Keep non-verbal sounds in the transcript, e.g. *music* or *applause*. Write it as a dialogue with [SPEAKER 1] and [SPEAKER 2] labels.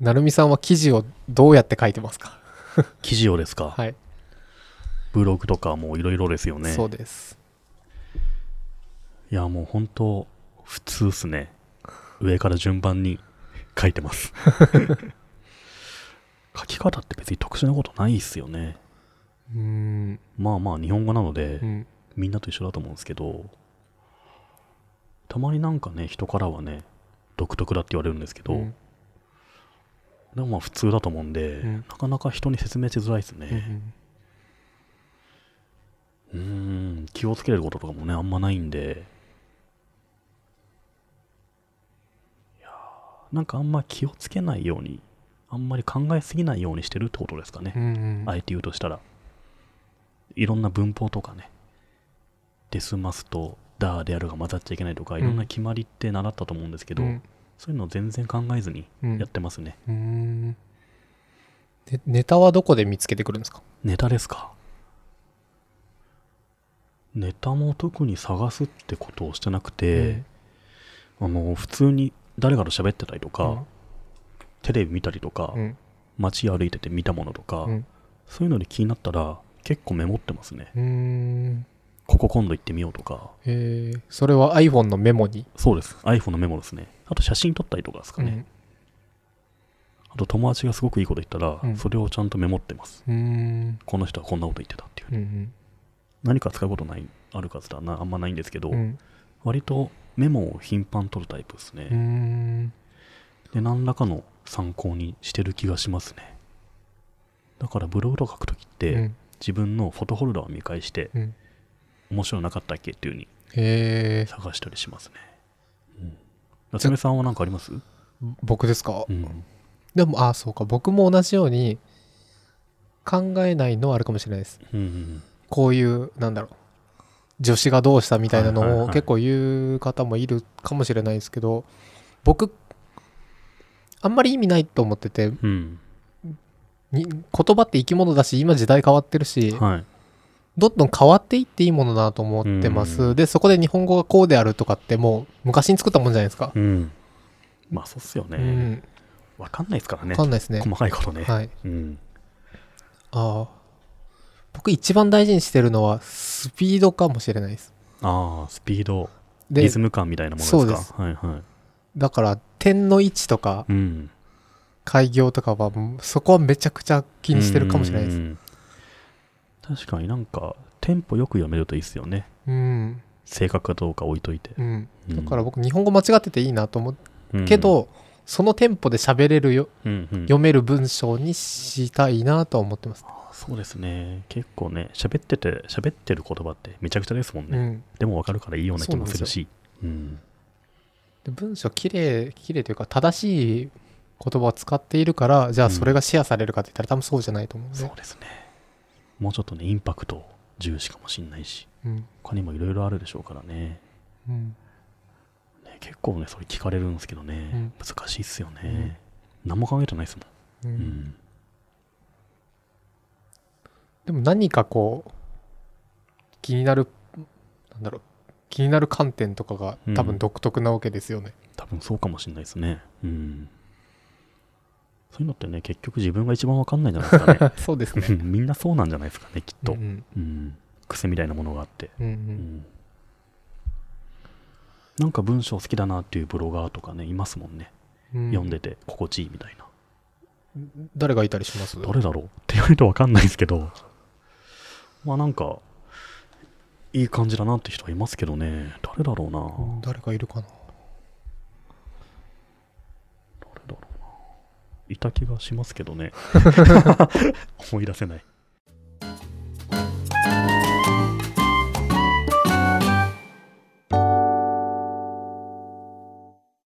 [SPEAKER 1] なるみさんは記事をどうやって書いてますか
[SPEAKER 2] 記事をですか、
[SPEAKER 1] はい、
[SPEAKER 2] ブログとかもいろいろですよね
[SPEAKER 1] そうです
[SPEAKER 2] いやもう本当普通っすね上から順番に書いてます
[SPEAKER 1] *laughs*
[SPEAKER 2] 書き方って別に特殊なことないっすよね
[SPEAKER 1] うーん
[SPEAKER 2] まあまあ日本語なので、
[SPEAKER 1] うん
[SPEAKER 2] みんなと一緒だと思うんですけどたまになんかね人からはね独特だって言われるんですけど、
[SPEAKER 1] うん
[SPEAKER 2] でもまあ普通だと思うんで、
[SPEAKER 1] うん
[SPEAKER 2] なかなか人に説明しづらいです
[SPEAKER 1] うんう
[SPEAKER 2] ね
[SPEAKER 1] ん
[SPEAKER 2] うーん気をつけることとかもねあんまないんでいやーなんかあんま気をつけないようにあんまり考えすぎないようにしてるってことですかね、
[SPEAKER 1] うん
[SPEAKER 2] あえて言うとしたらいろんな文法とかねデスマスとダーであるが混ざっちゃいけないとか
[SPEAKER 1] ん
[SPEAKER 2] いろんな決まりって習ったと思うんですけど、
[SPEAKER 1] うん
[SPEAKER 2] そういうの全然考えずに
[SPEAKER 1] うん
[SPEAKER 2] やってますね、
[SPEAKER 1] うーんでネタはどこで見つけてくるんですか
[SPEAKER 2] ネタですかネタも特に探すってことをしてなくて、あの普通に誰かと喋ってたりとか、
[SPEAKER 1] うん
[SPEAKER 2] テレビ見たりとか、
[SPEAKER 1] うん
[SPEAKER 2] 街歩いてて見たものとか、
[SPEAKER 1] うん
[SPEAKER 2] そういうので気になったら結構メモってますね
[SPEAKER 1] うーん
[SPEAKER 2] ここ今度行ってみようとか
[SPEAKER 1] えーそれは iPhone のメモに、
[SPEAKER 2] そうです。iPhone のメモですね。あと写真撮ったりとかですかね。あと友達がすごくいいこと言ったら、
[SPEAKER 1] うん
[SPEAKER 2] それをちゃんとメモってます。
[SPEAKER 1] うんうーん
[SPEAKER 2] この人はこんなこと言ってたっていう。
[SPEAKER 1] うん
[SPEAKER 2] 何か使うことない、あるかずらなあんまないんですけど、
[SPEAKER 1] うんうん
[SPEAKER 2] 割とメモを頻繁に取るタイプですね。
[SPEAKER 1] うーん
[SPEAKER 2] で、何らかの参考にしてる気がしますね。だからブログとか書くときって、
[SPEAKER 1] うん
[SPEAKER 2] 自分のフォトフォルダを見返して、
[SPEAKER 1] うん
[SPEAKER 2] 面白いのなかったっけっていう風に
[SPEAKER 1] えー
[SPEAKER 2] 探したりしますね。うん。夏目さんは何かあります
[SPEAKER 1] 僕ですか、
[SPEAKER 2] うん。
[SPEAKER 1] でもあそうか僕も同じように考えないのはあるかもしれないです
[SPEAKER 2] うんうん
[SPEAKER 1] こういうなんだろう女子がどうしたみたいな
[SPEAKER 2] はいはい
[SPEAKER 1] の
[SPEAKER 2] は
[SPEAKER 1] を
[SPEAKER 2] い
[SPEAKER 1] 結構言う方もいるかもしれないですけど、僕あんまり意味ないと思ってて
[SPEAKER 2] うん。
[SPEAKER 1] に言葉って生き物だし今時代変わってるし、
[SPEAKER 2] うん。はい。
[SPEAKER 1] どんどん変わっていっていいものだなと思ってます、
[SPEAKER 2] う
[SPEAKER 1] でそこで日本語がこうであるとかってもう昔に作ったもんじゃないですか、
[SPEAKER 2] うん。まあ、そうっすよ
[SPEAKER 1] う
[SPEAKER 2] ね。
[SPEAKER 1] ん
[SPEAKER 2] わ、かんないですからね。
[SPEAKER 1] 分かんないですね
[SPEAKER 2] 細かいことね。
[SPEAKER 1] はい
[SPEAKER 2] うん。
[SPEAKER 1] ああ僕一番大事にしてるのはスピードかもしれないです
[SPEAKER 2] ああ、スピード、
[SPEAKER 1] で
[SPEAKER 2] リズム感みたいなものですか。
[SPEAKER 1] そうです
[SPEAKER 2] はいはい。
[SPEAKER 1] だから点の位置とか
[SPEAKER 2] うん。
[SPEAKER 1] 開業とかはもうそこはめちゃくちゃ気にしてるかもしれないです
[SPEAKER 2] うん確かになんか、テンポよく読めるといいっすよね。
[SPEAKER 1] うん
[SPEAKER 2] 正確かどうか置いといて。
[SPEAKER 1] うん
[SPEAKER 2] うん
[SPEAKER 1] だから僕日本語間違ってていいなと思う
[SPEAKER 2] うん
[SPEAKER 1] け、ど、そのテンポで喋れるよ
[SPEAKER 2] うんうん
[SPEAKER 1] 読める文章にしたいなとは思ってます、
[SPEAKER 2] そうですね。結構ね、喋ってて、喋ってる言葉ってめちゃくちゃですもん
[SPEAKER 1] う
[SPEAKER 2] ね。
[SPEAKER 1] ん、
[SPEAKER 2] でもわかるからいいような気もするし。うん。
[SPEAKER 1] で文章きれいきれいというか正しい言葉を使っているからじゃあそれがシェアされるかって言ったら多分そうじゃないと思うんで
[SPEAKER 2] そうですね。もうちょっとね、インパクト重視かもしんないし。
[SPEAKER 1] うん
[SPEAKER 2] 他にもいろいろあるでしょうからね
[SPEAKER 1] うん
[SPEAKER 2] ね結構ねそれ聞かれるんですけどね、難しいっすよね、何も考えてないっすも、
[SPEAKER 1] うん
[SPEAKER 2] うんん
[SPEAKER 1] でも何かこう気になるなんだろう気になる観点とかが
[SPEAKER 2] うん
[SPEAKER 1] 多分独特なわけですよ
[SPEAKER 2] *laughs*
[SPEAKER 1] ね。
[SPEAKER 2] 多分そうかもしんないですねうんそういうのってね結局自分が一番わかんないんじゃないです *laughs* か
[SPEAKER 1] そうです
[SPEAKER 2] ね。みんなそうなんじゃないですかねきっと、
[SPEAKER 1] う
[SPEAKER 2] うん
[SPEAKER 1] ん
[SPEAKER 2] 癖みたいなものがあって、
[SPEAKER 1] うんう
[SPEAKER 2] うんんなんか文章好きだなっていうブロガーとかねいますもんね、
[SPEAKER 1] うん
[SPEAKER 2] 読んでて心地いいみたいな
[SPEAKER 1] 誰がいたりします
[SPEAKER 2] どれだろうって言われると分かんないですけど、まあなんか、いい感じだなって人はいますけどね、誰だろうな、
[SPEAKER 1] うん誰がいるかな *laughs*
[SPEAKER 2] 誰だろうな、いた気がしますけどね、思い出せない。